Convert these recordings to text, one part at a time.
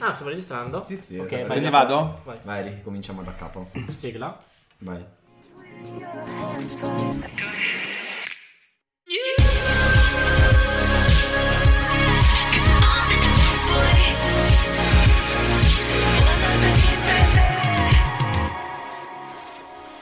Ah, stiamo registrando? Sì, sì. Ok, Quindi vai, vado? Vai. Vai, Ricky, cominciamo da capo. Sigla. Vai.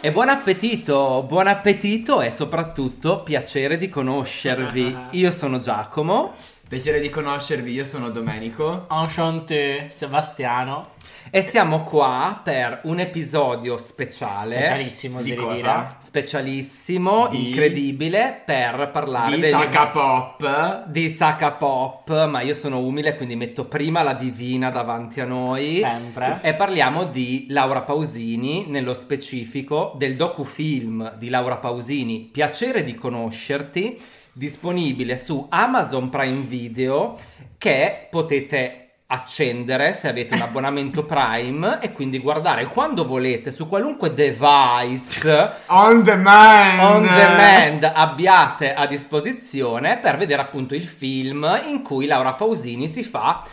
E buon appetito, buon appetito e soprattutto piacere di conoscervi. Io sono Giacomo Piacere di conoscervi, io sono Domenico. Enchanté, Sebastiano. e siamo qua per un episodio speciale. Specialissimo, Di oserei cosa? dire. specialissimo, Di- incredibile per parlare Di degli- Saka Pop. di Saka Pop, ma io sono umile quindi metto prima la divina davanti a noi. Sempre. E parliamo di Laura Pausini, nello specifico del docufilm di Laura Pausini, Piacere di conoscerti, disponibile su Amazon Prime Video che potete accendere se avete un abbonamento Prime e quindi guardare quando volete su qualunque device On demand. on demand abbiate a disposizione per vedere appunto il film in cui Laura Pausini si fa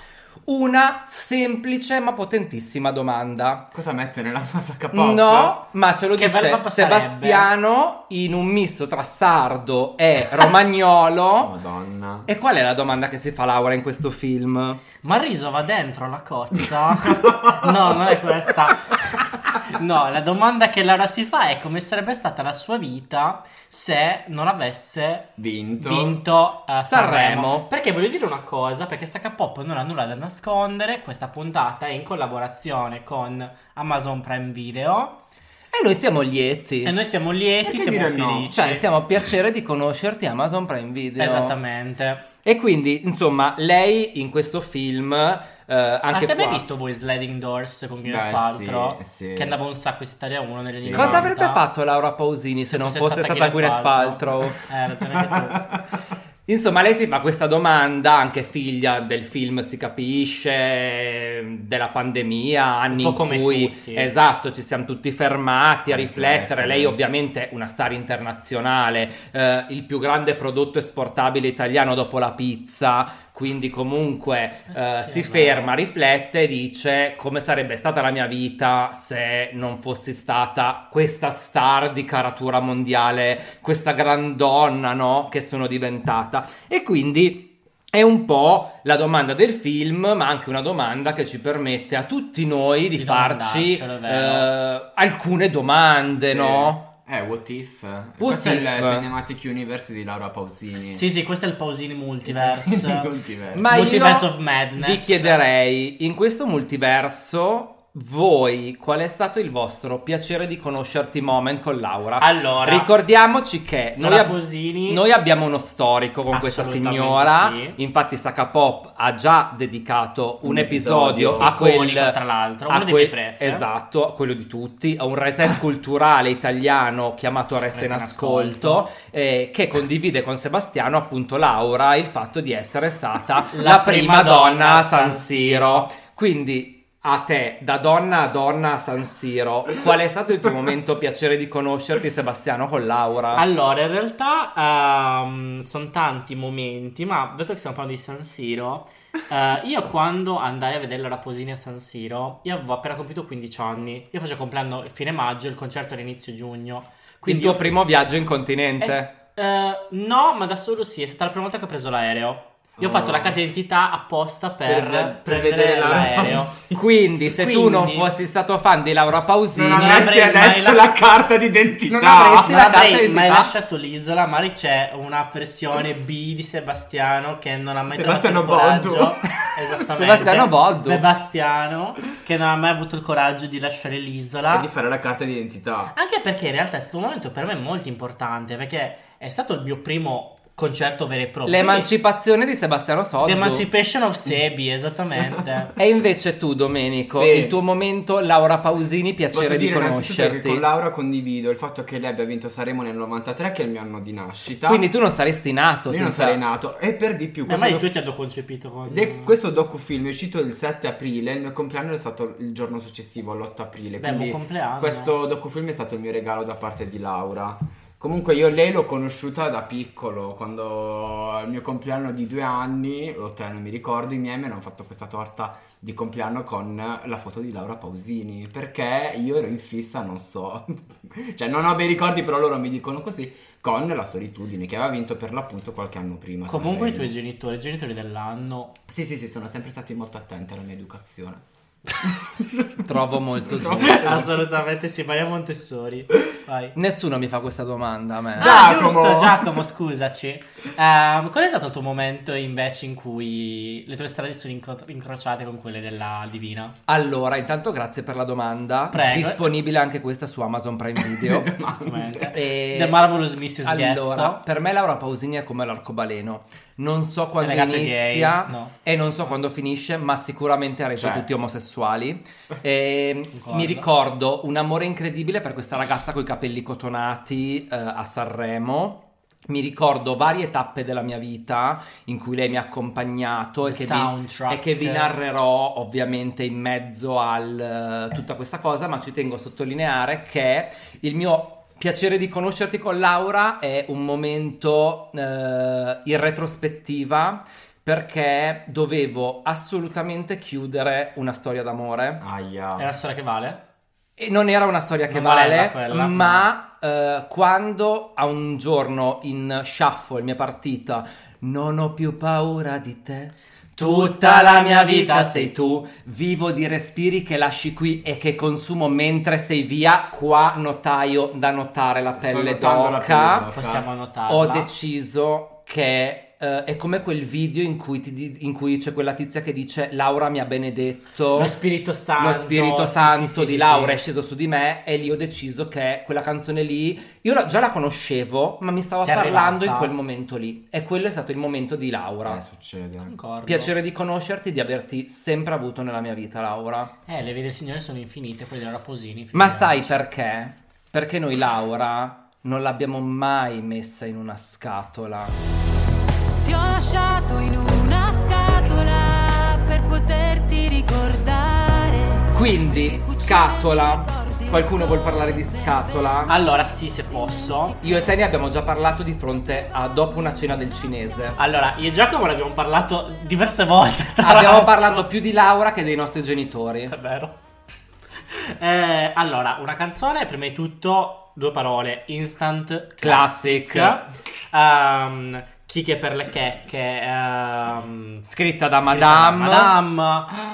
una semplice ma potentissima domanda. Cosa mette nella sua Saka Pop? No, ma ce lo Che dice verba sarebbe? Sebastiano in un misto tra sardo e romagnolo. Madonna. e qual è la domanda che si fa Laura in questo film? Ma il riso va dentro la cozza? no, non è questa. No, la domanda che Laura si fa è come sarebbe stata la sua vita se non avesse Vinto. vinto eh, Sanremo. Sanremo. Perché voglio dire una cosa, perché Saka Pop non ha nulla da nascondere, questa puntata è in collaborazione con Amazon Prime Video E noi siamo lieti. e noi siamo lieti, Perché siamo dire no? felici. Cioè, siamo a piacere di conoscerti Amazon Prime Video. Esattamente. E quindi, insomma, lei in questo film, eh, anche Avete mai qua- visto voi Sliding Doors con Gwyneth Beh, Paltrow? sì, sì. Che andava un sacco su Italia 1 negli Sì. anni Cosa 90? avrebbe fatto Laura Pausini se non fosse fosse stata Gwyneth Paltrow? Eh, hai ragione anche tu. Insomma, lei si fa questa domanda, anche figlia del film, si capisce, ehm, della pandemia, anni po' in come cui tutti. esatto, ci siamo tutti fermati a A riflettere. riflettere. Lei, ovviamente, è una star internazionale, eh, il più grande prodotto esportabile italiano dopo la pizza. Quindi, comunque, eh, Ah, sì, si ma- ferma, riflette e dice: Come sarebbe stata la mia vita se non fossi stata questa star di caratura mondiale, questa grandonna, no? Che sono diventata. E quindi è un po' la domanda del film, ma anche una domanda che ci permette a tutti noi di, Di farci domandarcelo, vero? eh, alcune domande, no? Eh, What If? Questo If? è il Cinematic Universe di Laura Pausini. Sì, sì, questo è il Pausini Multiverse. Multiverse. Ma Multiverse io of Madness. vi chiederei, in questo multiverso, voi qual è stato il vostro piacere di conoscerti moment con Laura? Allora, Ricordiamoci che noi, Laura ab- Pausini- noi abbiamo uno storico con questa Assolutamente signora. sì. Infatti, Saka Pop ha già dedicato un, Un episodio, episodio a quel Iconico, tra l'altro, a uno dei quel- miei prefe. Esatto, a quello di tutti, a un reset culturale italiano chiamato Resta in Resta in Ascolto, eh, che condivide con Sebastiano appunto Laura il fatto di essere stata la, prima donna a San Siro. Quindi a te, da donna a donna a San Siro, qual è stato il tuo momento piacere di conoscerti Sebastiano con Laura? Allora, in realtà sono tanti momenti, ma dato che stiamo parlando di San Siro, eh, io quando andai a vedere la Raposini a San Siro, io avevo appena compiuto 15 anni. Io facevo compleanno a fine maggio, il concerto era inizio giugno. il Quindi tuo io- primo viaggio in continente? Eh, eh, no, ma da solo sì, è stata la prima volta che ho preso l'aereo. Io ho fatto Oh. Ah. la carta d'identità apposta per, Per- per prendere vedere Laura l'aereo. Pausini. Quindi, se tu non Quindi- fossi stato fan di Laura Pausini, Non avrei avresti mai adesso la- la carta d'identità. Non avresti- Sì, Ma la l'avrei carta d'identità. mai lasciato l'isola, magari c'è una versione B di Sebastiano che non ha mai Sebastiano trovato il Boddu. coraggio. Esattamente. Sebastiano Boddu. Sebastiano che non ha mai avuto il coraggio di lasciare l'isola. E di fare la carta d'identità. Anche perché in realtà è stato un momento per me molto importante perché è stato il mio primo concerto vero e proprio. L'emancipazione di Sebastiano Soddu. The Emancipation of Sebi, esattamente. E invece tu, Domenico, Sì. il tuo momento, Laura Pausini, Posso piacere di dire innanzitutto che con conoscerti. Laura condivido il fatto che lei abbia vinto Saremo nel 93, che è il mio anno di nascita. Quindi tu non saresti nato Io non senza- sarei nato. E per di più, Ma questo, mai doc- tu ti hanno concepito con... de- questo docufilm è uscito il 7 aprile. Il mio compleanno è stato il giorno successivo, all'8 aprile. Beh, buon quindi compleanno. questo docufilm è stato il mio regalo da parte di Laura. Comunque io lei l'ho conosciuta da piccolo, quando al mio compleanno di due anni, o tre non mi ricordo, i miei mi hanno fatto questa torta di compleanno con la foto di Laura Pausini, perché io ero in fissa, non so, cioè non ho bei ricordi, però loro mi dicono così, con la solitudine, che aveva vinto per l'appunto qualche anno prima. Comunque i Sanremo. tuoi genitori, i genitori dell'anno, Sì, sì, sì, sono sempre stati molto attenti alla mia educazione. Trovo molto Trovo- giusto. assolutamente sì, Maria Montessori. Vai. Nessuno mi fa questa domanda a me. Già. Ah, Giacomo! giusto, Giacomo, scusaci. Ehm, qual è stato il tuo momento invece in cui le tue strade sono incro- incrociate con quelle della Divina? Allora, intanto grazie per la domanda. Prego. Disponibile anche questa su Amazon Prime Video. Ovviamente. E- The Marvelous Mrs. Allora, Ghezza. per me Laura Pausini è come l'arcobaleno. Non so quando Ragazze inizia gay, no. e non so quando finisce, ma sicuramente ha reso Cioè. tutti omosessuali. E Concordo. mi ricordo un amore incredibile per questa ragazza con i capelli cotonati eh, a Sanremo. Mi ricordo varie tappe della mia vita in cui lei mi ha accompagnato e The che, vi, soundtrack. e che vi narrerò ovviamente in mezzo a tutta questa cosa, ma ci tengo a sottolineare che il mio piacere di conoscerti con Laura è un momento eh, in retrospettiva perché dovevo assolutamente chiudere una storia d'amore. Aia. È una storia che vale? E non era una storia che Non valeva vale, quella. ma eh, quando a un giorno in shuffle mi è partita Non ho più paura di te, tutta la mia vita sei tu, vivo di respiri che lasci qui e che consumo mentre sei via, qua notaio da notare la Sto pelle notando la d'oca. pelle Possiamo notarla. Ho deciso che eh, è come quel video in cui, ti di- in cui c'è quella tizia che dice Laura mi ha benedetto. Lo Spirito Santo. Lo Spirito Sì, Santo sì, sì, di sì, Laura è sì. sceso su di me e lì ho deciso che quella canzone lì, io la- già la conoscevo, ma mi stava Ti è parlando arrivata. in quel momento lì. E quello è stato il momento di Laura. Eh, succede. Concordo. Piacere di conoscerti, di averti sempre avuto nella mia vita, Laura. Eh, le vie del Signore sono infinite, quelle della Raposini. Ma figurati. sai perché? Perché noi Laura non l'abbiamo mai messa in una scatola. Ti ho lasciato in una scatola per poterti ricordare. Quindi, scatola. Qualcuno vuol parlare di scatola? Allora, sì, se posso. Io e te ne abbiamo già parlato di fronte a dopo una cena del cinese. Allora, io e Giacomo ne abbiamo parlato diverse volte. tra Abbiamo l'altro. parlato più di Laura che dei nostri genitori. È vero. Eh, allora, una canzone, prima di tutto, due parole. Instant Classic. classic. Ehm, chiche per le checche. ehm, Scritta da scritta Madame, Madame.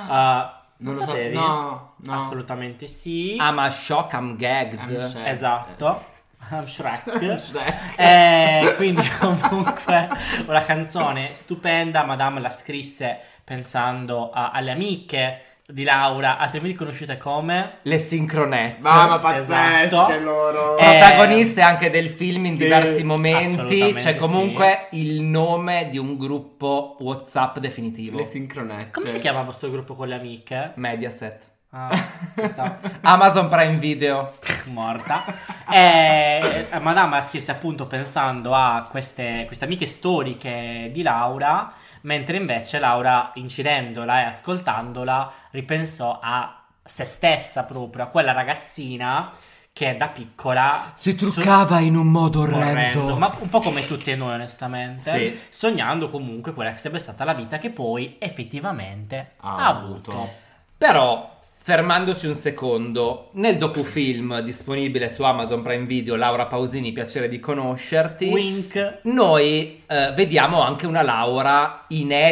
Eh, Ah, non Non lo lo sapevi? Ah, sapevo. No, no. Assolutamente sì. I'm a shock, I'm gagged. I'm shocked. Esatto. I'm Shrek. Shrek. Eh, quindi comunque una canzone stupenda, Madame la scrisse pensando a- alle amiche di Laura, altrimenti conosciute come... Le sincronette. Ma, ma pazzesche Esatto. loro. Eh, Protagoniste anche del film in Sì, diversi momenti. assolutamente C'è comunque il nome di un gruppo WhatsApp definitivo. Le sincronette. Come si chiama vostro gruppo con le amiche? Mediaset. Ah, ci sta Amazon Prime Video. morta. E eh, Madame la scrisse appunto pensando a queste, queste amiche storiche di Laura, mentre invece Laura, incidendola e ascoltandola, ripensò a se stessa proprio, a quella ragazzina che da piccola Si so- truccava in un modo orrendo, orrendo. ma un po' come tutti noi onestamente, Sì. sognando comunque quella che sarebbe stata la vita che poi effettivamente Ha ha, avuto. avuto. Però, fermandoci un secondo, nel docufilm disponibile su Amazon Prime Video, Laura Pausini, piacere di conoscerti. Wink. Noi eh, vediamo anche una Laura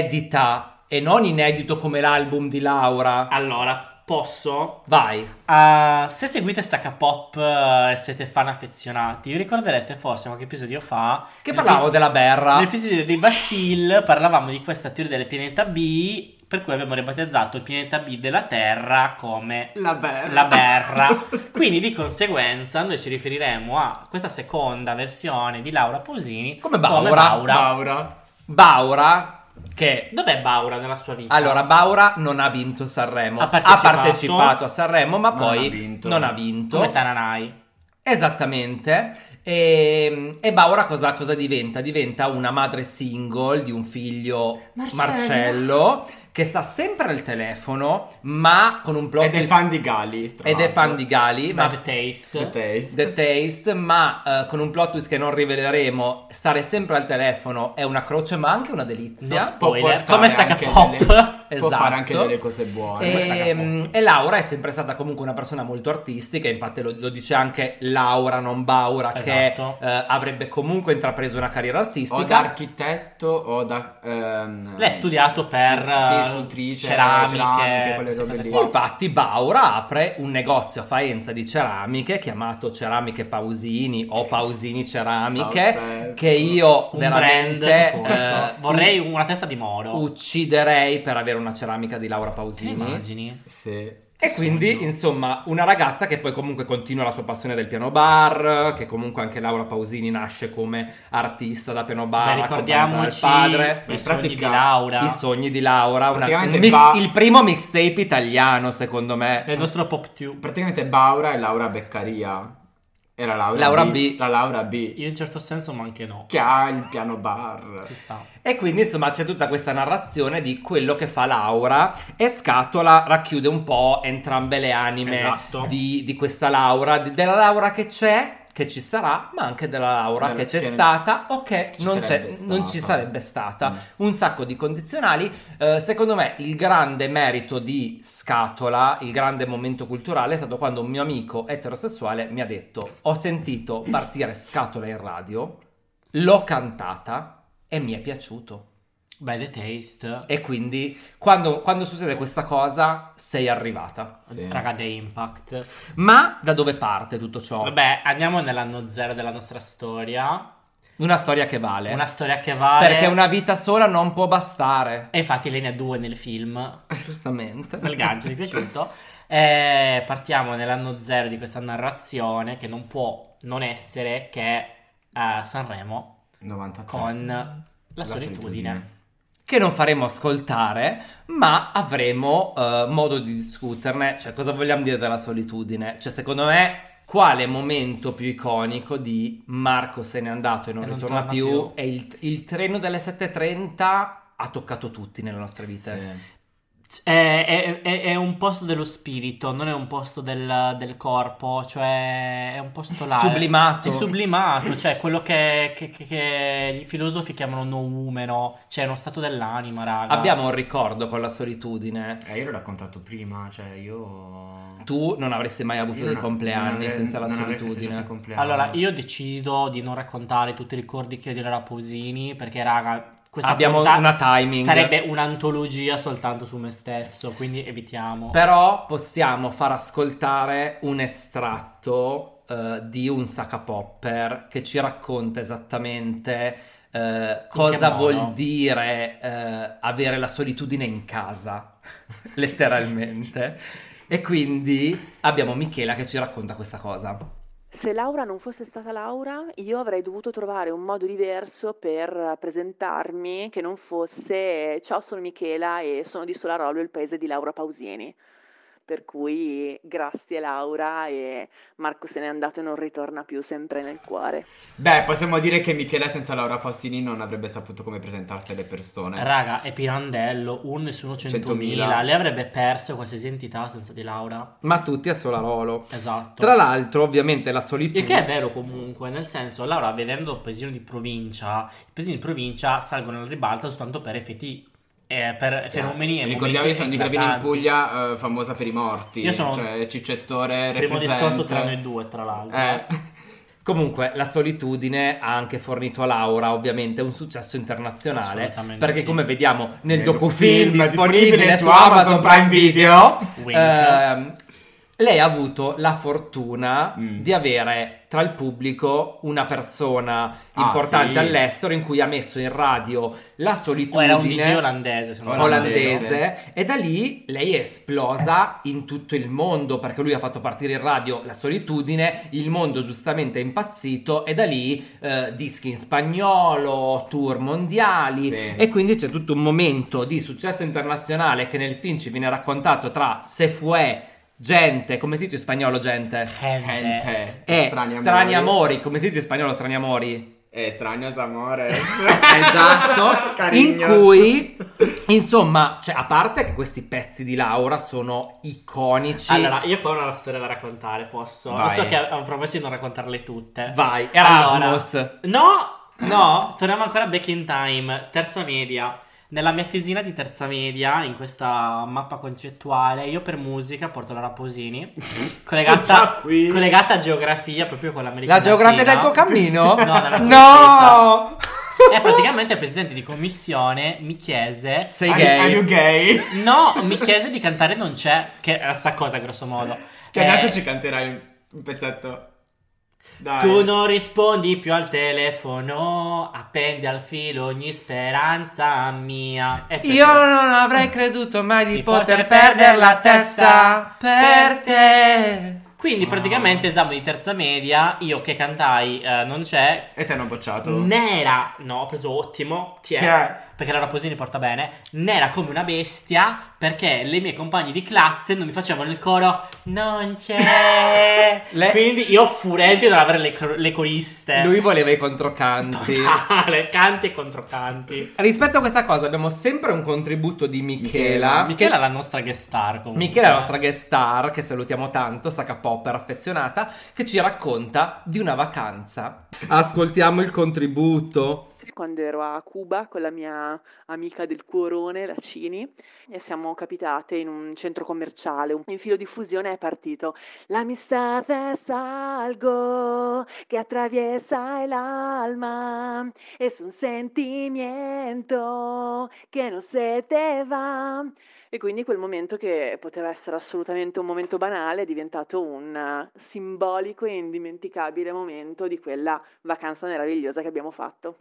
inedita e non inedito come l'album di Laura. Allora, posso Vai. Ah, se seguite Saka Pop eh, e siete fan affezionati, vi ricorderete forse qualche episodio fa Che parlavamo della berra. Nell'episodio dei Bastille parlavamo di questa teoria delle pianeta B Per cui abbiamo ribattezzato il pianeta B della Terra come La berra. la Berra. Quindi di conseguenza noi ci riferiremo a questa seconda versione di Laura Pausini Come Baura. Laura. Baura, che Dov'è Baura nella sua vita? Allora, Baura non ha vinto Sanremo, Ha ha partecipato. partecipato, a Sanremo, ma Non poi ha vinto. non ha vinto. come Tananai. Esattamente. E, e Baura cosa, cosa diventa? Diventa una madre single di un figlio Marcello. Marcello. che sta sempre al telefono, ma con un plot Ed è twist- fan di Gali. tra ed è l'altro. fan di Gali, ma Bad Taste. The Taste. The Taste, ma eh, con un plot twist che non riveleremo, stare sempre al telefono è una croce, ma anche una delizia. No, Può Spoiler, portare come Sacca anche Pop. delle- Può Esatto. fare anche delle cose buone. Questa che E, è un po'. Ehm, e Laura è sempre stata comunque una persona molto artistica, infatti lo, lo dice anche Laura, non Baura, Esatto. che eh, avrebbe comunque intrapreso una carriera o da artistica. architetto o da... ehm, Lei ha studiato per sì, eh, scultrice, ceramiche, ceramiche, quelle queste cose cose lì. qua. Infatti Baura apre un negozio a Faenza di ceramiche chiamato Ceramiche Pausini o Pausini Ceramiche Pazzesco. che io Un veramente brand, eh, appunto. vorrei una testa di moro. ucciderei per avere una ceramica di Laura Te ne Pausini. immagini? Sì. E quindi, insomma, una ragazza che poi comunque continua la sua passione del piano bar, che comunque anche Laura Pausini nasce come artista da piano bar, Beh, accompagnata dal ricordiamoci padre. i In sogni pratica- di Laura. I sogni di Laura, una- Praticamente un mix- va- il primo mixtape italiano, secondo È me. il nostro pop tube. Praticamente Baura e Laura Beccaria. Era Laura, Laura B. B. La Laura B. In un certo senso, ma anche no. Che ha il piano bar. Ci sta. E quindi, insomma, c'è tutta questa narrazione di quello che fa Laura. E Scatola racchiude un po' entrambe le anime Esatto. di, di questa Laura, di- della Laura che c'è. Che ci sarà, ma anche della Laura Della- che c'è che- stata o che ci non, c'è, sarebbe non ci stata. sarebbe stata. Mm. un sacco di condizionali. Eh, secondo me il grande merito di Scatola, il grande momento culturale è stato quando un mio amico eterosessuale mi ha detto ho sentito partire Scatola in radio, l'ho cantata e mi è piaciuto. Beh, The Taste. E quindi quando, quando succede questa cosa sei arrivata. Sì. Raga, The Impact. Ma da dove parte tutto ciò? Vabbè, andiamo nell'anno zero della nostra storia. Una storia che vale. Una storia che vale. Perché una vita sola non può bastare. E infatti lei ne ha due nel film. Giustamente. Bel gancio, mi è piaciuto. Eh, partiamo nell'anno zero di questa narrazione che non può non essere che eh, Sanremo 93. con la, solitudine. che non faremo ascoltare, ma avremo eh, modo di discuterne. Cioè, cosa vogliamo dire della solitudine? Cioè, secondo me, quale momento più iconico di Marco se n'è andato e non, E non ritorna torna più, più. E il, il treno delle 7.30 ha toccato tutti nelle nostre vite. Sì. C- È, è- è- è un posto dello spirito, non è un posto del, del corpo, cioè è un posto là. Sublimato. È sublimato, cioè quello che, che- che- che i filosofi chiamano noumeno, cioè è uno stato dell'anima, raga. Abbiamo un ricordo con la solitudine. Eh, io l'ho raccontato prima, cioè io... Tu non avresti mai avuto Io dei non- non compleanni avrei- senza la non avrei festeggiato solitudine. i compleanni. Allora, io decido di non raccontare tutti i ricordi che ho di Lara Pausini, perché, raga, questa Abbiamo puntata una timing. sarebbe un'antologia soltanto su me stesso, quindi evitiamo. Però possiamo far ascoltare un estratto eh, di un Saka Popper che ci racconta esattamente eh, cosa modo? vuol dire eh, avere la solitudine in casa, letteralmente. e quindi abbiamo Michela che ci racconta questa cosa. Se Laura non fosse stata Laura, io avrei dovuto trovare un modo diverso per presentarmi che non fosse ciao sono Michela e sono di Solarolo, il paese di Laura Pausini. Per cui grazie Laura e Marco se n'è andato e non ritorna più sempre nel cuore. Beh, possiamo dire che Michela senza Laura Passini non avrebbe saputo come presentarsi alle persone. Raga, è Pirandello, un nessuno 100.000. 100.000. Lei avrebbe perso qualsiasi entità senza di Laura. Ma tutti a Solarolo. Esatto. Tra l'altro, ovviamente, la il che è solitudine... vero comunque, nel senso, Laura vedendo il paesino di provincia, i paesini di provincia salgono al ribalta soltanto per effetti, eh, per fenomeni e Cioè, Ricordiamo, io momenti sono di Gravina in eclatanti. Puglia, eh, famosa per i morti. Io sono- Cioè, cicettore, Primo represent. discorso tra noi due, tra l'altro. Eh, Comunque, la solitudine ha anche fornito a Laura, ovviamente, un successo internazionale. Assolutamente Perché, sì. come vediamo nel Nel docufilm docufilm disponibile disponibile su Amazon Prime Video, Wink. ehm, Lei ha avuto la fortuna Mm. di avere tra il pubblico una persona Ah, importante sì. all'estero in cui ha messo in radio la O solitudine era un DJ olandese, se non Olandese. olandese e da lì lei è esplosa in tutto il mondo perché lui ha fatto partire in radio la solitudine, il mondo giustamente è impazzito e da lì eh, dischi in spagnolo, tour mondiali Sì. e quindi c'è tutto un momento di successo internazionale che nel film ci viene raccontato tra se fue gente, come si dice in spagnolo gente? Gente. Gente, E strani, strani, amori. come si dice in spagnolo strani amori? Eh, stranios amores. esatto, in Carignos. cui insomma, cioè, a parte che questi pezzi di Laura sono iconici. Allora, io qua ho una storia da raccontare, posso? Lo Vai. so che avevo promesso di non raccontarle tutte. vai, Erasmus. No! No? Torniamo ancora back in time, terza media. Nella mia tesina di terza media, in questa mappa concettuale, io per musica porto la Raposini, Già collegata, qui. collegata a geografia proprio con l'America La geografia del Latina. tuo cammino? No, della no! E praticamente il presidente di commissione mi chiese Sei Are- gay. Are you gay? No, mi chiese di cantare Non c'è, che è la stessa cosa, grosso modo. Che Eh, adesso ci canterai un- un pezzetto. Dai. Tu non rispondi più al telefono, appendi al filo ogni speranza mia. eccetera. Io non avrei creduto mai di, Di poter poter, perdere perder la la testa testa per per te. Quindi praticamente esame di terza media, io che cantai eh, Non c'è, E te hanno bocciato. nera, no, ho preso ottimo, ti Ti è, è. perché la Raposini porta bene, nera come una bestia, perché le mie compagne di classe non mi facevano il coro Non c'è. Le- Quindi io furente dovevo avere le, cor- le coriste. Lui voleva i controcanti. Totale, canti e controcanti. Rispetto a questa cosa abbiamo sempre un contributo di Michela. Michela. Michela è la nostra guest star comunque. Michela, la nostra guest star, che salutiamo tanto, sacca popper affezionata, che ci racconta di una vacanza. Ascoltiamo il contributo. quando ero a Cuba con la mia amica del cuorone, la Cini, e siamo capitate in un centro commerciale, un in filo di fusione è partito L'amistad es algo que atraviesa el alma, es un sentimiento que no se te va. E quindi quel momento che poteva essere assolutamente un momento banale è diventato un eh, simbolico e indimenticabile momento di quella vacanza meravigliosa che abbiamo fatto.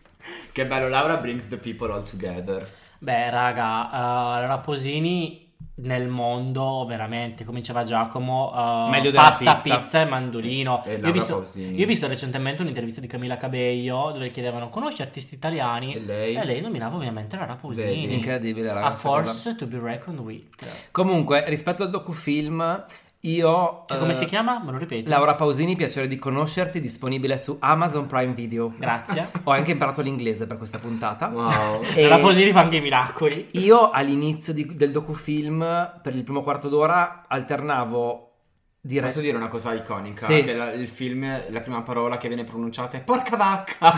Che bello, Laura brings the people all together. Beh, raga, eh, Raposini nel mondo veramente, cominciava Giacomo, eh, Meglio della pasta, pizza. pizza. e mandolino. Eh, E io, ho Laura visto, Pausini. io ho visto recentemente un'intervista di Camilla Cabello dove le chiedevano conosci artisti italiani? E lei? E lei nominava ovviamente la Raposini. Vedi. Incredibile, A ragazzi. force to be reckoned with. Comunque, rispetto al docufilm, io... Che come eh, si chiama? Me lo ripeti? Laura Pausini, piacere di conoscerti, disponibile su Amazon Prime Video. Grazie. Ho anche imparato l'inglese per questa puntata. Wow. E- Raposini fa anche i miracoli. Io all'inizio di- del docufilm, per il primo quarto d'ora, alternavo dire... Posso dire una cosa iconica? Sì. Che la- il film, la prima parola che viene pronunciata è porca vacca.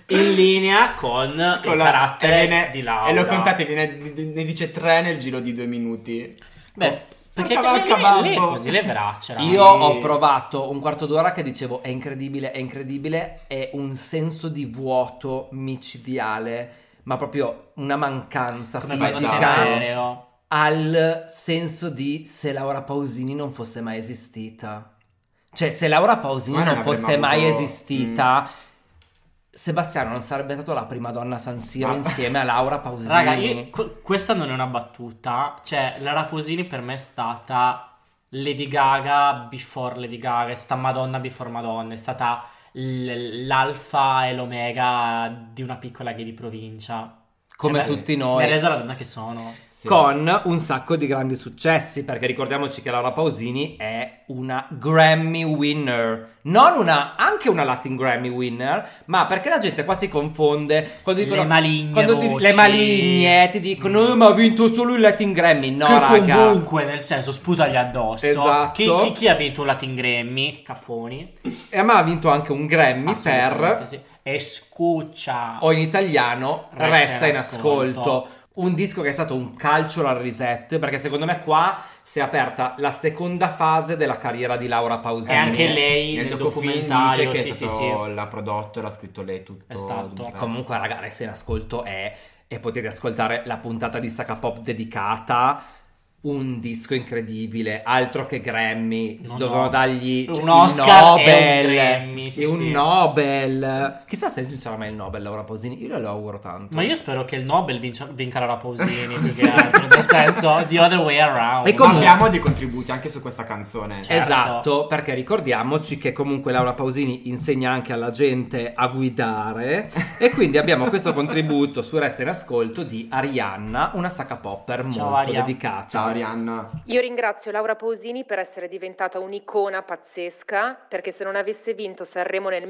In linea con, il Con la- carattere e viene- di Laura. E lo contate, viene- ne dice tre nel giro di due minuti. Oh, Beh, perché Porca lei, vacca, lei- lei è babbo. così, lei è veracera. Io Sì. ho provato un quarto d'ora che dicevo è incredibile, è incredibile, è un senso di vuoto micidiale, ma proprio una mancanza Come fai fanno sì, fisica stereo. al senso di se Laura Pausini non fosse mai esistita. Cioè, se Laura Pausini Ma non non avremmo fosse mai avuto- Mm. esistita, Sebastiano non sarebbe stato la prima donna a San Siro Ah. insieme a Laura Pausini. Raga, io- qu- questa non è una battuta. Cioè, la Raposini per me è stata Lady Gaga before Lady Gaga, è stata Madonna before Madonna, è stata l- l'alfa e l'omega di una piccola gay di provincia. come Cioè, tutti Mi noi. ha reso la donna che sono. Sì. con un sacco di grandi successi, perché ricordiamoci che Laura Pausini è una Grammy winner, non una, anche una Latin Grammy winner, ma perché la gente qua si confonde quando dicono... le maligne quando ti- voci. le maligne ti dicono, "Eh, ma ha vinto solo il Latin Grammy, no che raga. comunque, nel senso, sputagli addosso. Esatto. Chi, chi- chi ha vinto un Latin Grammy? Caffoni. E Eh, ma ha vinto anche un Grammy Assolutamente per, sì. E scuccia. o in italiano, Resta Resta in in ascolto. ascolto. Un disco che è stato un cultural reset, perché secondo me qua si è aperta la seconda fase della carriera di Laura E Pausini. anche lei nel, Nel docufilm dice documentario. che sì, è sì, stato, sì. l'ha prodotto, l'ha scritto lei tutto. Esatto. Dunque, Comunque, ragazzi, se in ascolto è e potete ascoltare la puntata di Sacca Pop dedicata. un disco incredibile, altro che Grammy, No, dovevano no. dargli cioè, Un il Oscar e Nobel, un Grammy, sì, e un sì. Nobel. Chissà se vincerà mai il Nobel Laura Pausini, io lo auguro tanto. Ma io spero che il Nobel vinca, vinca la Pausini, più che altro, nel senso, the other way around. E Ma comunque- abbiamo dei contributi anche su questa canzone. Certo. Esatto, perché ricordiamoci che comunque Laura Pausini insegna anche alla gente a guidare e quindi abbiamo questo contributo su Resta in Ascolto di Arianna, una sacca popper molto Aria. dedicata. Ciao Arianna. Io ringrazio Laura Pausini per essere diventata un'icona pazzesca, perché se non avesse vinto Sanremo nel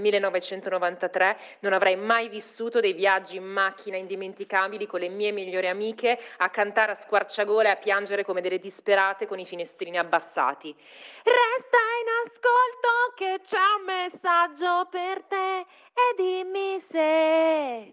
1993 non avrei mai vissuto dei viaggi in macchina indimenticabili con le mie migliori amiche a cantare a squarciagole e a piangere come delle disperate con i finestrini abbassati. Resta in ascolto che c'è un messaggio per te e dimmi se...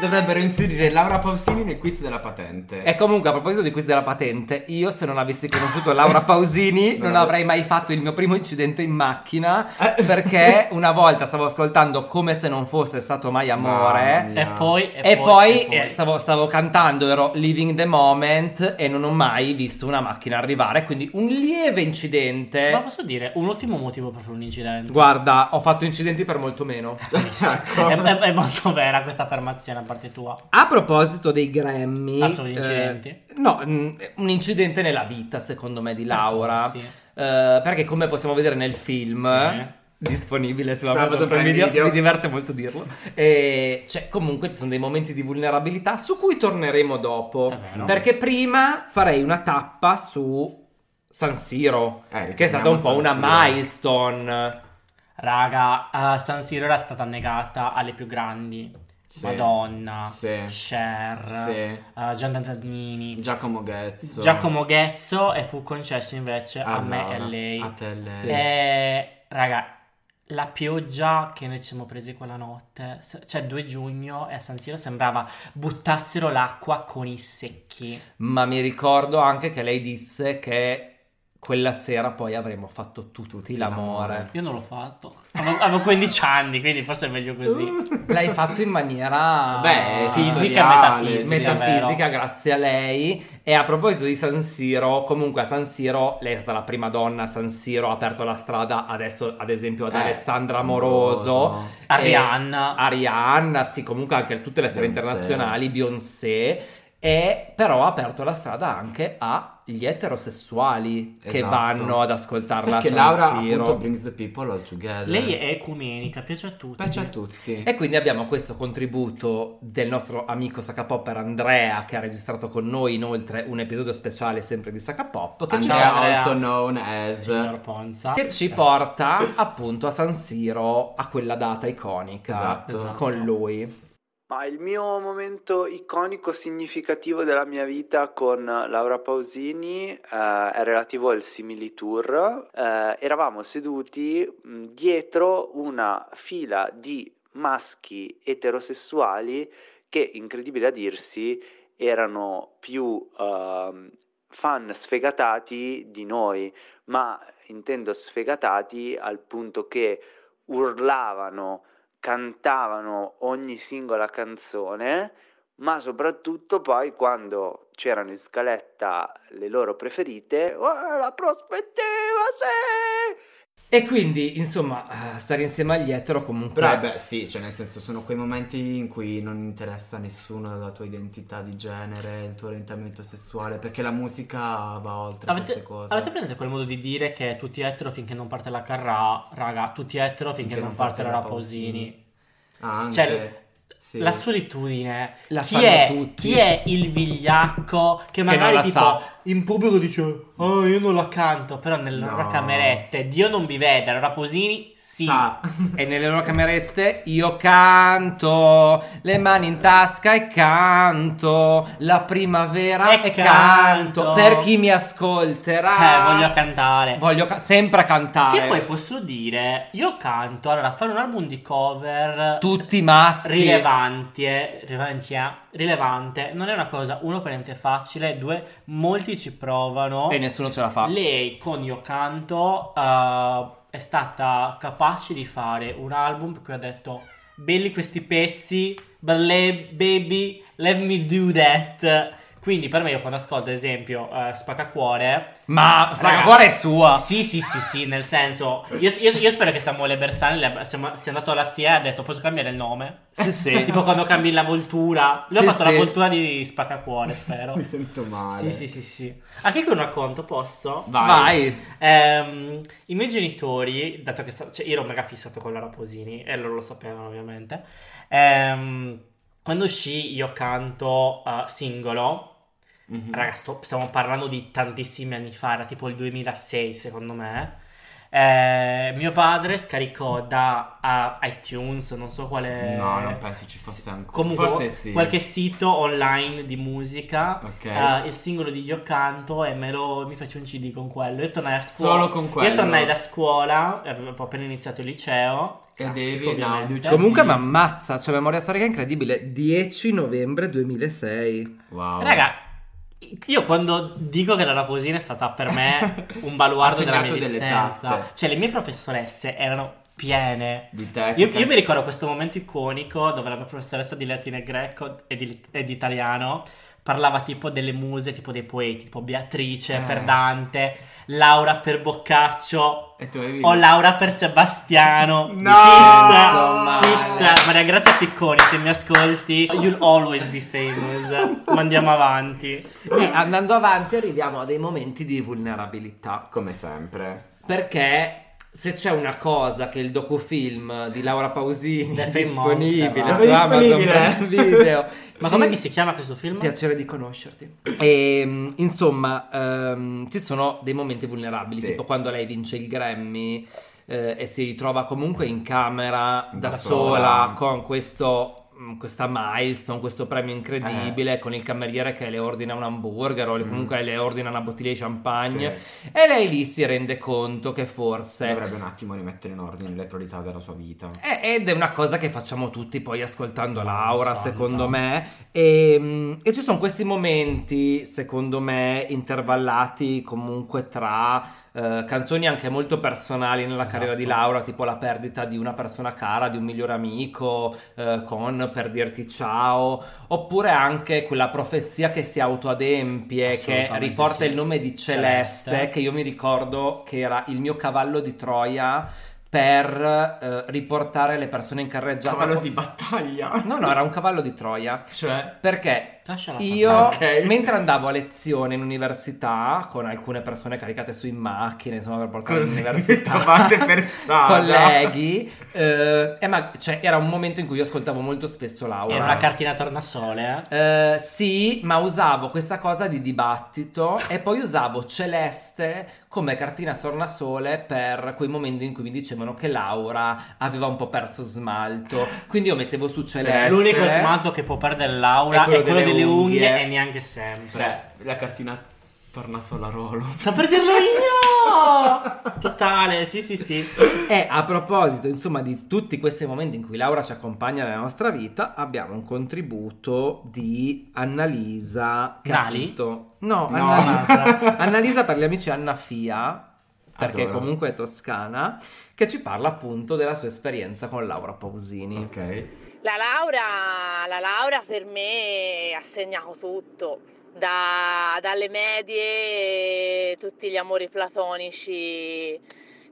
Dovrebbero inserire Laura Pausini nel quiz della patente. E comunque a proposito di questa della patente, io se non avessi conosciuto Laura Pausini non avrei mai fatto il mio primo incidente in macchina Eh. perché una volta stavo ascoltando come se non fosse stato mai Mamma amore mia. E poi... e poi, e eh, stavo, stavo cantando, ero living the moment e non ho mai visto una macchina arrivare, quindi un lieve incidente. Ma posso dire, un ottimo motivo per fare un incidente. Guarda, ho fatto incidenti per molto meno. Ecco. È, è- è molto vera questa affermazione a parte tua. A proposito dei Grammy, Ah, sugli incidenti? Ecco, eh, no, mm, un incidente nella vita, secondo me, di Laura. sì. Eh, perché, come possiamo vedere nel film, Sì. disponibile sulla Sulla Amazon Prime Prime Video, Video. mi diverte molto dirlo. E, cioè, comunque, ci sono dei momenti di vulnerabilità su cui torneremo dopo. È vero. Perché prima farei una tappa su San Siro, Eh, che è stata un po' una ritorniamo a San Siro. milestone. Raga, eh, San Siro era stata negata alle più grandi. Sì. Madonna, Sì. Cher, Sì. eh, Gian Dantanini, Giacomo Ghezzo. Giacomo Ghezzo e fu concesso invece a Ah, me no, e a lei. a te e lei. Sì. Eh, raga, la pioggia che noi ci siamo presi quella notte, se- cioè 2 giugno e a San Siro sembrava buttassero l'acqua con i secchi. Ma mi ricordo anche che lei disse che quella sera poi avremmo fatto tutti, l'amore. Io non l'ho fatto. Avevo, avevo 15 anni, quindi forse è meglio così. L'hai fatto in maniera eh, Beh, fisica e sensoriale, metafisica. sì, metafisica, vero. grazie a lei. E a proposito di San Siro, comunque a San Siro, lei è stata la prima donna a San Siro, ha aperto la strada adesso, ad esempio, ad Eh, Alessandra Moroso. Moroso. e- Arianna. Arianna, sì, comunque anche tutte le star Beyoncé. internazionali, Beyoncé. E però ha aperto la strada anche agli eterosessuali che Esatto. vanno ad ascoltarla Perché a San Laura Siro. appunto brings the people all together. Lei è ecumenica, piace a tutti. Piace a tutti. E quindi abbiamo questo contributo del nostro amico Sacca Popper Andrea che ha registrato con noi inoltre un episodio speciale sempre di Sacca Pop che, ci, Andrea, Ciao, Andrea. also known as... Signor Ponza. che ci porta appunto a San Siro a quella data iconica Esatto. Esatto. con lui. Ma il mio momento iconico significativo della mia vita con Laura Pausini eh, è relativo al Similitour. Eh, eravamo seduti mh, dietro una fila di maschi eterosessuali che, incredibile a dirsi, erano più ehm, fan sfegatati di noi, ma intendo sfegatati al punto che urlavano cantavano ogni singola canzone, ma soprattutto poi quando c'erano in scaletta le loro preferite, "Oh, la prospettiva sì! E quindi, insomma, eh, stare insieme agli etero comunque... Però, beh, sì, cioè, nel senso, sono quei momenti in cui non interessa a nessuno la tua identità di genere, il tuo orientamento sessuale, perché la musica va oltre queste Avete, cose. avete presente quel modo di dire che tutti etero finché non parte la carra, raga, tutti etero finché, non parte la Raposini. Ah, anche. Cioè, sì. La solitudine, La chi, fanno è, tutti. chi è il vigliacco che magari la tipo, sa. in pubblico dice oh, io non la canto, però nelle loro No. camerette Dio non vi vede, allora Posini sì. Sa. E nelle loro camerette io canto, le mani in tasca e canto, la primavera E e, canto. canto. Per chi mi ascolterà, Eh, voglio cantare. voglio ca- sempre cantare. Che poi posso dire, io canto, allora fare un album di cover Tutti maschi. rilevanti, eh, rilevanti, eh, rilevante, non è una cosa, uno per niente facile, due, molti ci provano. E nessuno ce la fa. Lei con Io Canto eh, è stata capace di fare un album per cui ha detto belli questi pezzi, belle- baby, let me do that. Quindi per me io quando ascolto ad esempio eh, Spaccacuore Ma Raga. la cuore è sua. sì, sì, sì, sì, nel senso, io, io- io spero che Samuele Bersani le- sia sia andato alla SIA e ha detto posso cambiare il nome. Sì, sì. Tipo quando cambi la voltura. Lui Sì, ha fatto sì. la voltura di spaccacuore, spero. Mi sento male. Sì, sì, sì, sì. Anche con un racconto posso? Vai. Ehm, I miei genitori, dato che sa- cioè, io ero mega fissato con la Raposini e loro lo sapevano ovviamente, ehm, quando uscì io canto eh, singolo, Mhm. raga sto- stiamo parlando di tantissimi anni fa, era tipo il 2006 secondo me, eh, mio padre scaricò da a iTunes, non so quale... No, non penso ci fosse ancora. Comunque, Forse sì. qualche sito online di musica Ok. eh, il singolo di Io Canto e me lo, mi fece un CD con quello. Io tornai a scuola. Solo con quello. Io tornai da scuola, eh, avevo appena iniziato il liceo. E Classico, avevi in ovviamente. audio cioè CD. Comunque mi ammazza, c'è memoria storica incredibile. 10 novembre 2006. Wow. Raga, io quando dico che la Raposina è stata per me un baluardo Ha della mia segnato delle esistenza, tappe. cioè le mie professoresse erano piene. Di te. Io, io mi ricordo questo momento iconico dove la mia professoressa di latino e greco e di, e di italiano parlava tipo delle muse, tipo dei poeti, tipo Beatrice Eh. per Dante, Laura per Boccaccio E tu avevi... o Laura per Sebastiano. No, Citta, male. citta. Maria Grazia Picconi, se mi ascolti, you'll always be famous. Ma andiamo avanti. E andando avanti arriviamo a dei momenti di vulnerabilità. Come sempre. Perché se c'è una cosa che il docufilm di Laura Pausini The è Fame disponibile Monster, su va. Amazon Disponibile. Prime Video, Ma ci- com'è che si chiama questo film? Piacere di conoscerti. E, mh, insomma, ehm, ci sono dei momenti vulnerabili, Sì. tipo quando lei vince il Grammy eh, e si ritrova comunque in camera da, Da sola, sola. con questo, mh, questa milestone, questo premio incredibile, con il cameriere che le ordina un hamburger o le- Eh. Mm. comunque le ordina una bottiglia di champagne. Sì. E lei lì si rende conto che forse... Dovrebbe un attimo rimettere in ordine le priorità della sua vita. Eh, Ed è una cosa che facciamo tutti poi Ah, ascoltando Laura, Assolutamente. secondo me. E, mm, e ci sono questi momenti, secondo me, intervallati comunque tra eh, canzoni anche molto personali nella Esatto. carriera di Laura, tipo la perdita di una persona cara, di un migliore amico, eh, con Per dirti ciao, oppure anche quella profezia che si autoadempie, che Assolutamente riporta sì. il nome di Celeste. Celeste, che io mi ricordo che era il mio cavallo di Troia per eh, riportare le persone in carreggiata. Cavallo di battaglia. No, no, era un cavallo di Troia. Cioè, Perché Lasciala io, parlare. Ok. mentre andavo a lezione in università, con alcune persone caricate su in macchine, insomma, per portare Così, all'università, trovate per strada. colleghi, eh, e ma, cioè, era un momento in cui io ascoltavo molto spesso Laura. era una cartina tornasole. eh. Eh, sì, ma usavo questa cosa di dibattito e poi usavo Celeste come cartina sornasole per quei momenti in cui mi dicevano che Laura aveva un po' perso smalto. Quindi io mettevo su Cioè, Celeste. L'unico smalto che può perdere Laura È è quello, quello delle, delle unghie. unghie. Eh. e neanche sempre. Beh, la cartina torna solo a rolo. Da perderlo io! Totale, sì, sì, sì. E a proposito, insomma, di tutti questi momenti in cui Laura ci accompagna nella nostra vita, abbiamo un contributo di Annalisa. che ha Nali? appunto- No, No. Annalisa. Annalisa per gli amici Anna Fia, perché Adoro. comunque è toscana, che ci parla appunto della sua esperienza con Laura Pausini. Ok. La laurea, la laurea per me ha segnato tutto, da- dalle medie, tutti gli amori platonici, gli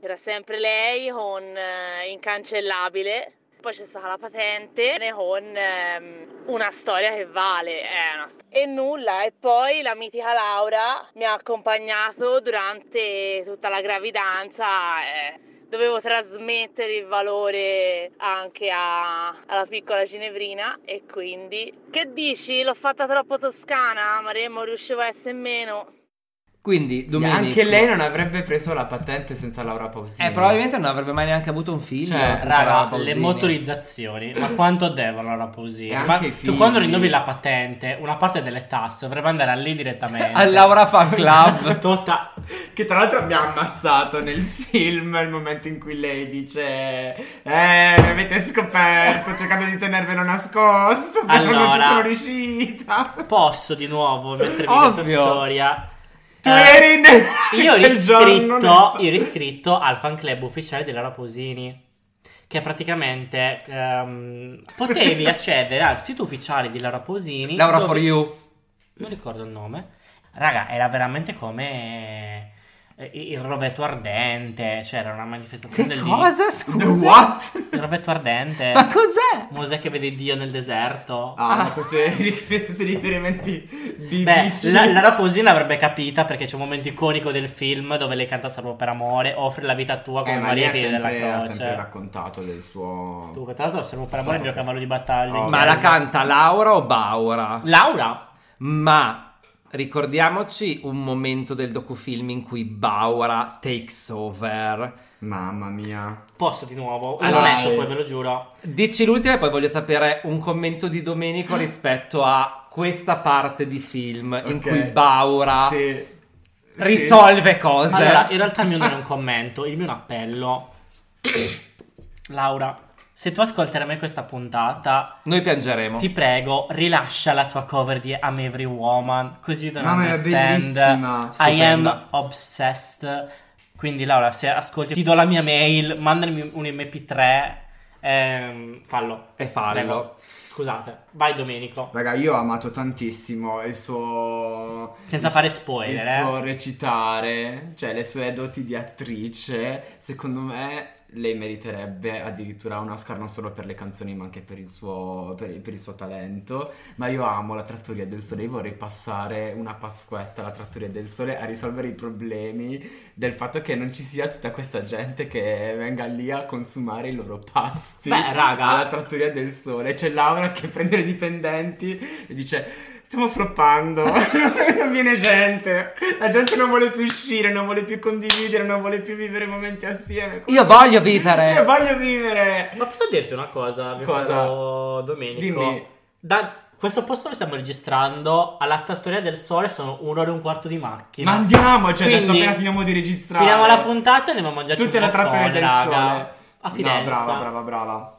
Era sempre lei con eh, Incancellabile, poi c'è stata la patente con ehm, una storia che vale, è una sto- e nulla. E poi la mitica Laura mi ha accompagnato durante tutta la gravidanza. eh. Dovevo trasmettere il valore anche a- alla piccola Ginevrina e quindi... Che dici? L'ho fatta troppo toscana, Maremmo, riuscivo a essere meno. Quindi Domenico... Anche lei non avrebbe preso la patente senza Laura Pausini. Eh, probabilmente non avrebbe mai neanche avuto un figlio. Cioè, senza Laura raga, Pausini. le motorizzazioni, ma quanto devono la Pausini? E Ma anche i tu quando figli. rinnovi la patente, una parte delle tasse dovrebbe andare a lei direttamente. Al Laura Fan Club. Tota- Che tra l'altro mi ha ammazzato nel film il momento in cui lei dice Eh, mi avete scoperto, cercando di tenervelo nascosto, però non ci Allora. sono riuscita. Posso di nuovo mettermi in questa Ovvio. storia? Tu Eh, eri nel- io ero quel giorno iscritto, nel- io ero iscritto al fan club ufficiale della Raposini. Che praticamente ehm, potevi accedere al sito ufficiale di Laura Posini. Laura dove- for you. Non ricordo il nome. Raga, era veramente come eh, il rovetto ardente. Cioè, era una manifestazione del cosa? Scusa? What? Il rovetto ardente. Ma cos'è? Mosè che vede Dio nel deserto. Ah, ma queste- questi riferimenti di Beh, bici. la, la Raposi l'avrebbe capita perché c'è un momento iconico del film dove lei canta Salvo per amore, offre la vita tua Eh, come ma lei Maria ha Piede della sempre, ha sempre Croce. raccontato del suo... Dunque, tra l'altro Salvo per amore è il mio Stato- Oh, cavallo di battaglia. in Ma chiesa. la canta Laura o Baura? Laura. Ma ricordiamoci un momento del docufilm in cui Baura takes over. Mamma mia. Posso di nuovo? Ah, Vai. Smetto, poi ve lo giuro. Dici l'ultima e poi voglio sapere un commento di Domenico rispetto a questa parte di film in Ok. cui Baura Sì. risolve cose. Allora, in realtà il mio non è un commento, il mio è un appello. Laura, se tu ascolterai me questa puntata, Noi piangeremo. ti prego, rilascia la tua cover di I'm Every Woman, così da Mamma, è understand. bellissima. I am Stupenda. obsessed. Quindi Laura, se ascolti, ti do la mia mail, mandami un MP3, ehm, fallo. E fallo. Prego. Scusate, vai Domenico. Raga, io ho amato tantissimo il suo... Senza fare Il spoiler, eh. suo recitare, cioè le sue doti di attrice, secondo me lei meriterebbe addirittura un Oscar non solo per le canzoni ma anche per il suo, per il, per il suo talento. Ma io amo la Trattoria del Sole, io vorrei passare una Pasquetta alla Trattoria del Sole a risolvere i problemi del fatto che non ci sia tutta questa gente che venga lì a consumare i loro pasti Beh, raga. alla Trattoria del Sole. C'è Laura che prende le dipendenti e dice... Stiamo floppando, non viene gente, la gente non vuole più uscire, non vuole più condividere, non vuole più vivere momenti assieme. Io voglio vivere. Io voglio vivere! Ma posso dirti una cosa, mio Cosa? caro Domenico? Dimmi. Da questo posto dove stiamo registrando alla Trattoria del Sole sono un'ora e un quarto di macchina. Ma andiamoci adesso Quindi, appena finiamo di registrare. Finiamo la puntata e andiamo a mangiarci Tutte un la trattoria popcorn, del raga. sole. A Firenze. No, brava, brava, brava.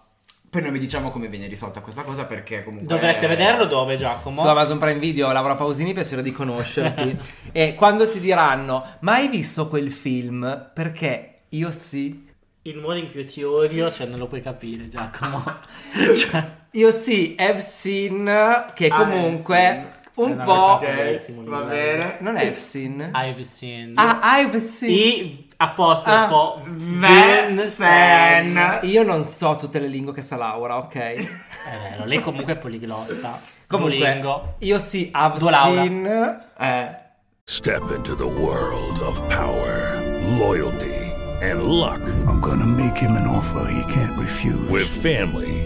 Poi noi vi diciamo come viene risolta questa cosa perché comunque... Dovrete vederlo dove, Giacomo? Su Amazon Prime Video, Laura Pausini, piacere di conoscerti. e quando ti diranno, ma hai visto quel film? Perché io sì. Il modo in cui io ti odio, cioè, non lo puoi capire, Giacomo. Cioè, Io sì, I've seen, che Ah, comunque un Eh, no, po'... infatti. Ok, va bene. Non I've seen. I've seen. Ah, I've seen. I apostrofo. Vensen. Io non so tutte le lingue che sa Laura, ok? È vero, lei comunque è poliglotta. Comunque, Duolingo. io sì, I've Due Laura. seen... Eh, Step into the world of power, loyalty, and luck. I'm gonna make him an offer he can't refuse. With family,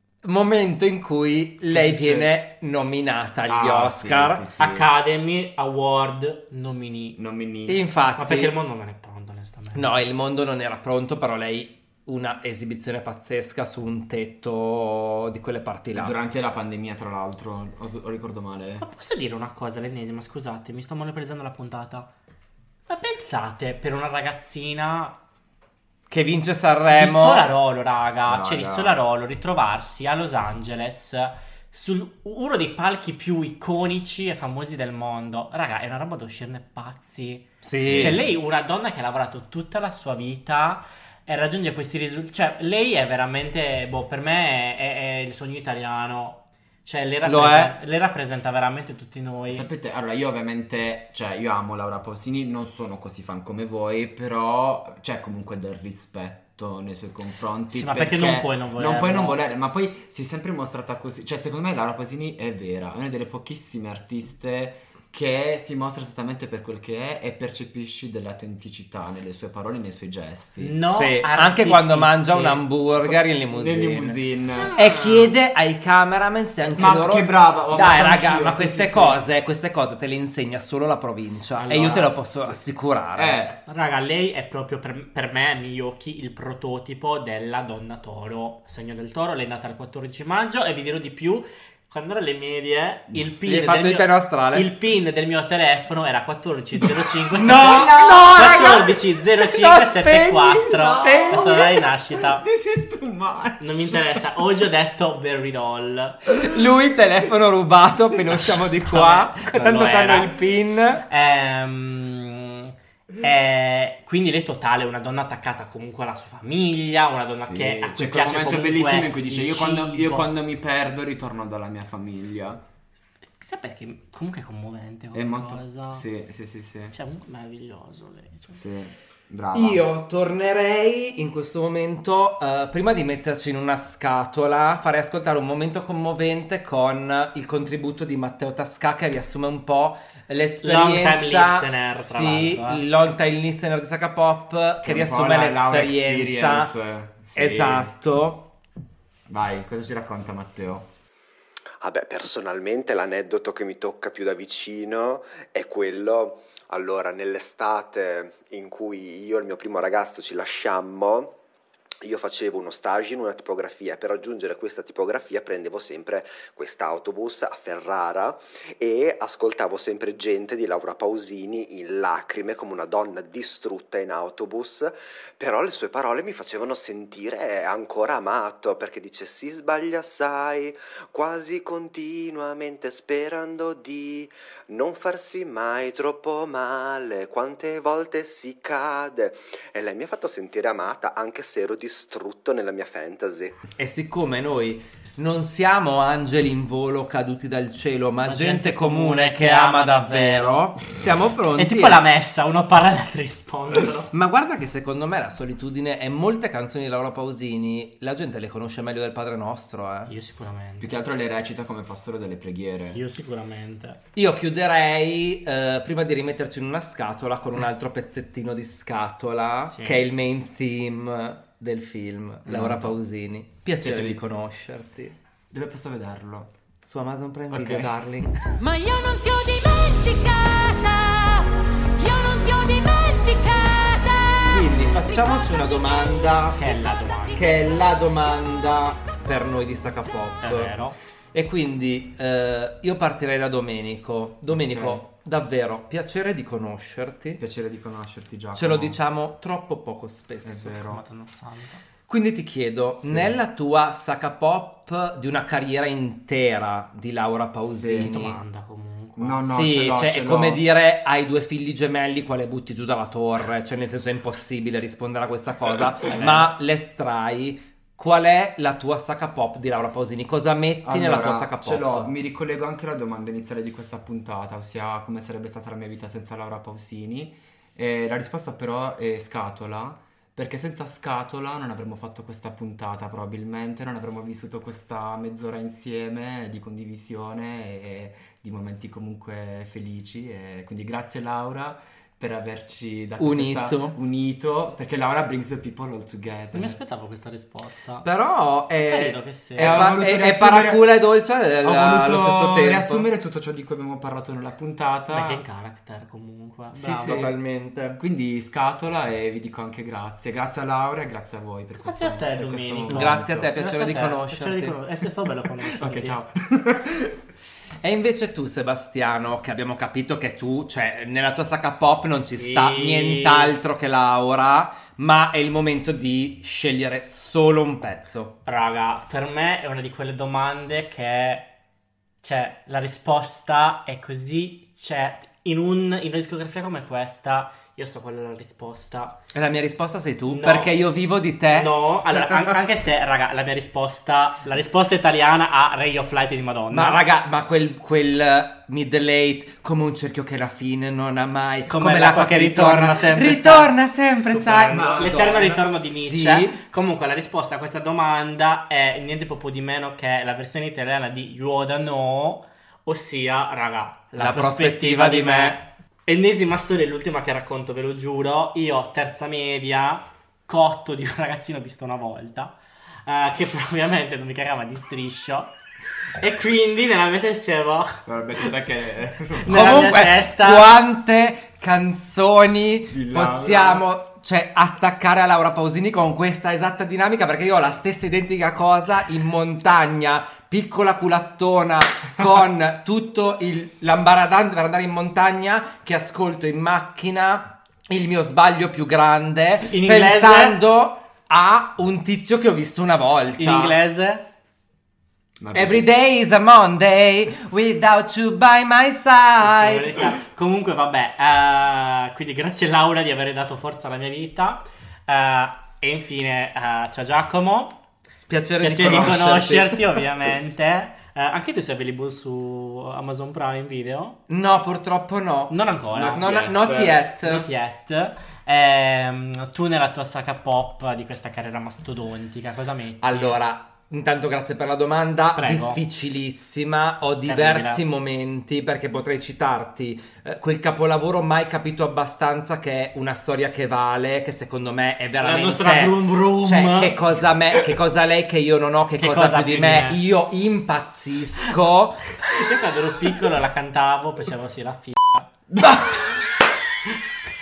Momento in cui lei succede? viene nominata agli Ah, sì, Oscar. sì, sì. Academy Award nominee. non mi ni- Infatti... Ma perché il mondo non è pronto, onestamente. No, il mondo non era pronto, però lei una esibizione pazzesca su un tetto di quelle parti là. Durante la pandemia, tra l'altro, o, o ricordo male. Ma posso dire una cosa, l'ennesima, scusate, mi sto monopolizzando la puntata. Ma pensate, per una ragazzina Che vince Sanremo. Visto la Rolo, raga. cioè, Raga. visto la Rolo, ritrovarsi a Los Angeles su uno dei palchi più iconici e famosi del mondo. Raga, è una roba da uscirne pazzi. Sì. Cioè, lei è una donna che ha lavorato tutta la sua vita e raggiunge questi risultati. Cioè, lei è veramente, boh, per me è, è- è il sogno italiano. Cioè, lei, Lo rappresen- lei rappresenta veramente tutti noi. Sapete, allora io ovviamente, cioè io amo Laura Pausini, non sono così fan come voi, però c'è comunque del rispetto nei suoi confronti. Sì, ma perché non puoi non volerlo. Non puoi non volere, ma poi si è sempre mostrata così. Cioè secondo me Laura Pausini è vera, è una delle pochissime artiste che si mostra esattamente per quel che è e percepisci dell'autenticità nelle sue parole e nei suoi gesti. No, Sì, anche quando mangia un hamburger in limousine. Nel limousine. E chiede ai cameraman se anche Ma loro... che brava, ho Dai amato raga, anch'io, ma sì, queste sì, sì. cose, queste cose te le insegna solo la provincia e io Allora, te lo sì. posso Eh, Eh. assicurare. Raga, lei è proprio per, per me, a miei occhi, il prototipo della donna toro. Segno del toro, lei è nata il 14 maggio e vi dirò di più. Quando ero alle medie, il pin, Gli hai fatto del il piano astrale? il pin del mio telefono era 1405 No, no, raga! 140574. No, La spegni, sua ora di nascita. Ma Non mi interessa. Oggi ho detto Barry Doll. Lui telefono rubato appena usciamo di qua, non tanto lo sanno era. il pin. Ehm, eh, quindi lei è totale, una donna attaccata comunque alla sua famiglia, una donna Sì, che a cui c'è quel piace momento comunque bellissimo in cui dice il io quando, io cibo". quando mi perdo ritorno dalla mia famiglia. Chissà perché comunque è commovente È come molto... cosa. Sì, sì, sì, sì. Cioè, comunque è meraviglioso lei. cioè. Sì, brava. Io tornerei in questo momento, eh, prima di metterci in una scatola, farei ascoltare un momento commovente con il contributo di Matteo Tascà che riassume un po' l'esperienza. Long time listener, tra Sì, l'altro, eh. il long time listener di Saka Pop che un riassume po' la- la l'esperienza. experience, sì. Esatto. Vai, cosa ci racconta Matteo? Vabbè, Ah personalmente l'aneddoto che mi tocca più da vicino è quello, allora, nell'estate in cui io e il mio primo ragazzo ci lasciammo, io facevo uno stage in una tipografia, per raggiungere questa tipografia prendevo sempre quest'autobus a Ferrara e ascoltavo sempre gente di Laura Pausini in lacrime come una donna distrutta in autobus però le sue parole mi facevano sentire ancora amato perché dice si sbaglia sai quasi continuamente sperando di non farsi mai troppo male quante volte si cade e lei mi ha fatto sentire amata anche se ero distrutto nella mia fantasy E siccome noi non siamo angeli in volo caduti dal cielo, ma, gente, comune che ama davvero, siamo pronti. È tipo a- la messa, uno parla e l'altro rispondono. Ma guarda che secondo me la solitudine e molte canzoni di Laura Pausini la gente le conosce meglio del Padre Nostro. Eh. Io sicuramente. Più che altro le recita come fossero delle preghiere. Io sicuramente. Io chiuderei eh, prima di rimetterci in una scatola con un altro pezzettino di scatola Sì. che è il main theme del film Laura Esatto. Pausini. Piacere Piacere di di- conoscerti. Dove posso vederlo? Su Amazon Prime Ok. Video, darling. Ma io non ti ho dimenticata, io non ti ho dimenticata. Quindi facciamoci una domanda Che è la domanda. che è la domanda per noi di Saka Pop. È vero. E quindi eh, io partirei da Domenico. Domenico, Ok. davvero, piacere di conoscerti. Piacere di conoscerti Giacomo. Ce lo diciamo troppo poco È spesso. vero. Madonna santa. Quindi ti chiedo, Sì. nella tua Saka Pop di una carriera intera di Laura Che Pausini, domanda comunque. No, no, sì, ce l'ho, cioè, ce è l'ho. come dire hai due figli gemelli quale butti giù dalla torre, cioè nel senso è impossibile rispondere a questa cosa, Eh. ma l'estrai. Qual è la tua sacca pop di Laura Pausini? Cosa metti nella Allora, tua sacca pop? ce l'ho, mi ricollego anche alla domanda iniziale di questa puntata, ossia come sarebbe stata la mia vita senza Laura Pausini. Eh, la risposta però è scatola, perché senza scatola non avremmo fatto questa puntata probabilmente, non avremmo vissuto questa mezz'ora insieme di condivisione e di momenti comunque felici. E quindi grazie Laura per averci dato Unito. questa- unito, perché Laura brings the people all together. Non mi aspettavo questa risposta. Però Credo è, che sia. è, Ho pa- voluto è- è riassumere- paracula e dolce Ho alla- allo voluto stesso tempo. riassumere tutto ciò di cui abbiamo parlato nella puntata. Perché in character comunque. Sì, Bravo. sì. Ah, Totalmente. Quindi scatola e vi dico anche grazie. Grazie a Laura e grazie a voi per Grazie a questo- te per questo Domenico. momento. Grazie a te, piacere Grazie di eh, a te, conoscerti. Piacere di conoscerti. È stato bello conoscerti. Ok, ciao. E invece tu, Sebastiano, che abbiamo capito che tu, cioè, nella tua sacca pop non ci sta nient'altro che Laura, ma è il momento di scegliere solo un pezzo. Raga, per me è una di quelle domande che, cioè, la risposta è così, cioè, in, un- in una discografia come questa, io so qual è la risposta. E la mia risposta sei tu, No. perché io vivo di te. No, allora, an- anche se, raga, la mia risposta, la risposta italiana a Ray of Light di Madonna. Ma raga, ma quel, quel uh, middle eight come un cerchio che alla fine non ha mai come, l'acqua che ritorna sempre. Ritorna sempre, sai. Madonna. L'eterno ritorno di Nietzsche. Comunque, la risposta a questa domanda è niente poco di meno che la versione italiana di Yoda No, ossia, raga, la, La prospettiva di me. Ennesima storia, l'ultima che racconto, ve lo giuro. Io, terza media, cotto di un ragazzino visto una volta, eh, che probabilmente non mi cagava di striscio. E quindi nella mia dicevo. che. Nella Comunque, mia testa. quante canzoni Laura. possiamo cioè, attaccare a Laura Pausini con questa esatta dinamica? Perché io ho la stessa identica cosa in montagna, piccola culattona, con tutto il lambaradan per andare in montagna, che ascolto in macchina il mio sbaglio più grande, In inglese? pensando a un tizio che ho visto una volta. In inglese? Every day is a Monday without you by my side. Comunque, vabbè, eh, quindi grazie Laura di aver dato forza alla mia vita. Eh, e infine, eh, ciao Giacomo. Piacere, Piacere di conoscerti, ovviamente. ovviamente. Eh, anche tu sei available su Amazon Prime Video? No, purtroppo no. Non ancora. Not, not- not yet. Not yet. Ehm, tu nella tua saga pop di questa carriera mastodontica, cosa metti? Allora, intanto grazie per la domanda, Prego. difficilissima, ho Terribile. diversi momenti perché potrei citarti eh, quel capolavoro mai capito abbastanza che è una storia che vale, che secondo me è veramente... nostra vroom vroom. Cioè, che cosa, me, che cosa lei che io non ho, che, Che cosa, cosa più di me, io impazzisco. Io quando ero piccolo la cantavo, facevo sì la f***a.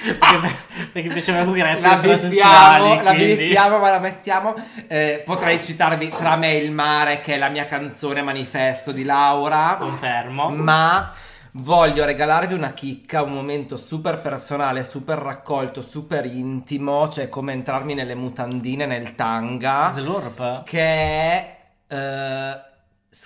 perché, perché piaceva Cucurezza la bippiamo, bippiamo, la bippiamo, ma la mettiamo. Eh, potrei citarvi Tra me e il mare, che è la mia canzone manifesto di Laura. Confermo. Ma voglio regalarvi una chicca, un momento super personale, super raccolto, super intimo, cioè come entrarmi nelle mutandine, nel tanga. Slurp. Che è... eh,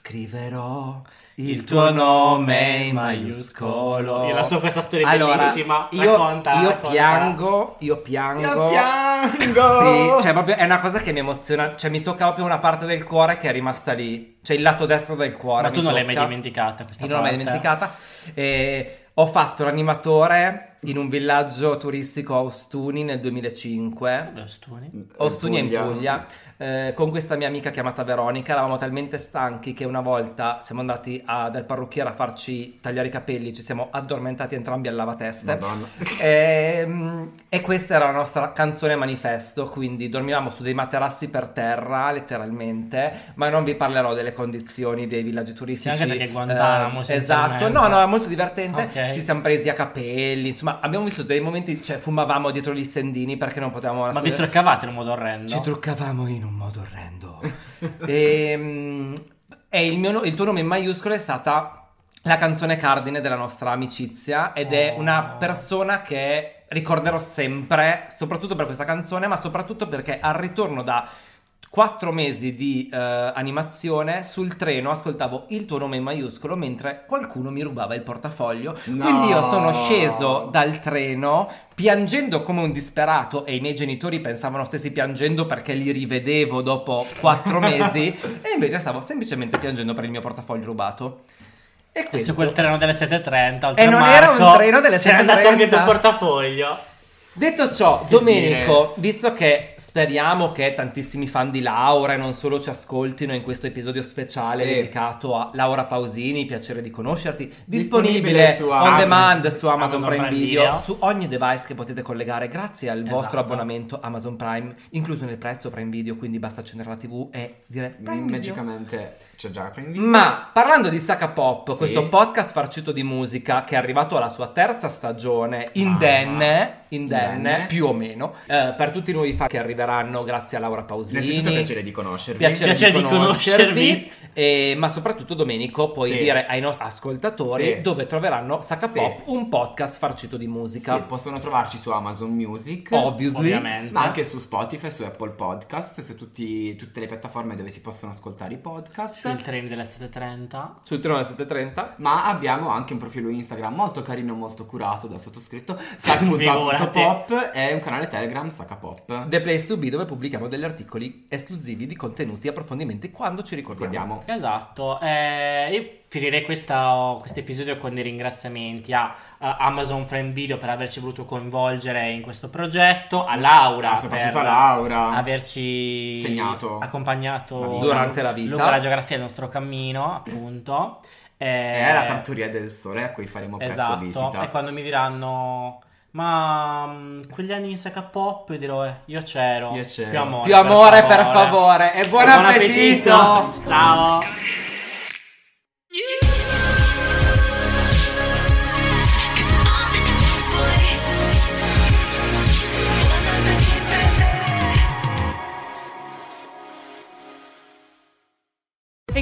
scriverò... Il tuo nome in maiuscolo. Io la so questa storia Allora, bellissima. Io, Racconta, io racconta. piango, io piango. Io piango! Sì, cioè proprio è una cosa che mi emoziona, cioè mi tocca proprio una parte del cuore che è rimasta lì, cioè il lato destro del cuore. Ma mi tu non l'hai mai tocca. dimenticata questa Io non l'ho mai parte? dimenticata. E ho fatto l'animatore in un villaggio turistico a Ostuni nel 2005. Vabbè, Ostuni. Ostuni è in Puglia. Puglia. eh, con questa mia amica chiamata Veronica eravamo talmente stanchi che una volta siamo andati a- dal parrucchiere a farci tagliare i capelli, ci siamo addormentati entrambi al lavateste. Madonna. Ehm, E, questa era la nostra canzone manifesto, quindi dormivamo su dei materassi per terra, letteralmente, ma non vi parlerò delle condizioni dei villaggi turistici. Sì, anche perché Guantanamo, eh, essenzialmente. esatto, no, no, è molto divertente. Ok. Ci siamo presi a capelli, insomma, abbiamo visto dei momenti, cioè fumavamo dietro gli stendini perché non potevamo Ma vi nascondere- truccavate in un modo orrendo? Ci truccavamo in un modo orrendo. Ehm, e il, mio no- il tuo nome in maiuscolo è stata la canzone cardine della nostra amicizia ed è una persona che ricorderò sempre, soprattutto per questa canzone, ma soprattutto perché al ritorno da quattro mesi di eh, animazione sul treno ascoltavo il tuo nome in maiuscolo mentre qualcuno mi rubava il portafoglio. No. Quindi io sono sceso dal treno piangendo come un disperato e i miei genitori pensavano stessi piangendo perché li rivedevo dopo quattro mesi e invece stavo semplicemente piangendo per il mio portafoglio rubato. E questo Su quel treno delle 7.30 oltre E non Marco, era un treno delle sei andato anche tu 7.30. il portafoglio. Detto ciò, Domenico, visto che speriamo che tantissimi fan di Laura e non solo ci ascoltino in questo episodio speciale Sì. dedicato a Laura Pausini, piacere di conoscerti, Disponibile disponibile, su on Amazon- demand su Amazon, Amazon Prime, Prime Video, Video. su ogni device che potete collegare grazie al vostro Esatto. abbonamento Amazon Prime, incluso nel prezzo Prime Video, quindi basta accendere la TV e dire Prime Video. Magicamente c'è già prendi. Ma parlando di Saka Pop, Sì. questo Ah, podcast farcito di musica che è arrivato alla sua terza stagione, indenne, indenne, ventenne, più o meno, eh, per tutti i nuovi fan che arriveranno grazie a Laura Pausini. Innanzitutto piacere di conoscervi. Piacere, Piacere di di conoscervi, conoscervi. eh, ma soprattutto Domenico puoi Sì. dire ai nostri ascoltatori Sì. dove troveranno Sacca Sì. Pop, un podcast farcito di musica. Sì, possono trovarci su Amazon Music, Obviously. ovviamente, ma anche su Spotify, su Apple Podcast, su tutti- tutte le piattaforme dove si possono ascoltare i podcast. Sul treno delle 7.30. Sul treno delle 7.30. Ma abbiamo anche un profilo Instagram molto carino, molto curato dal sottoscritto, Figurati. sac.pop e un canale Telegram Sacapop. The Place to Be dove pubblichiamo degli articoli esclusivi di contenuti e approfondimenti quando ci ricordiamo. Esatto, eh, io finirei questa- questo episodio con dei ringraziamenti a, a Amazon Frame Video per averci voluto coinvolgere in questo progetto, a Laura Ah, soprattutto per a Laura. averci Segnato. La accompagnato vita. Durante la vita. lungo la geografia del nostro cammino, appunto. È la trattoria del sole a cui faremo presto eh, Esatto, visita. e quando mi diranno ma mm, quegli anni in sacca pop io dirò eh, io c'ero, io c'ero. più amore, Più amore, per favore. E buon appetito. ciao Hey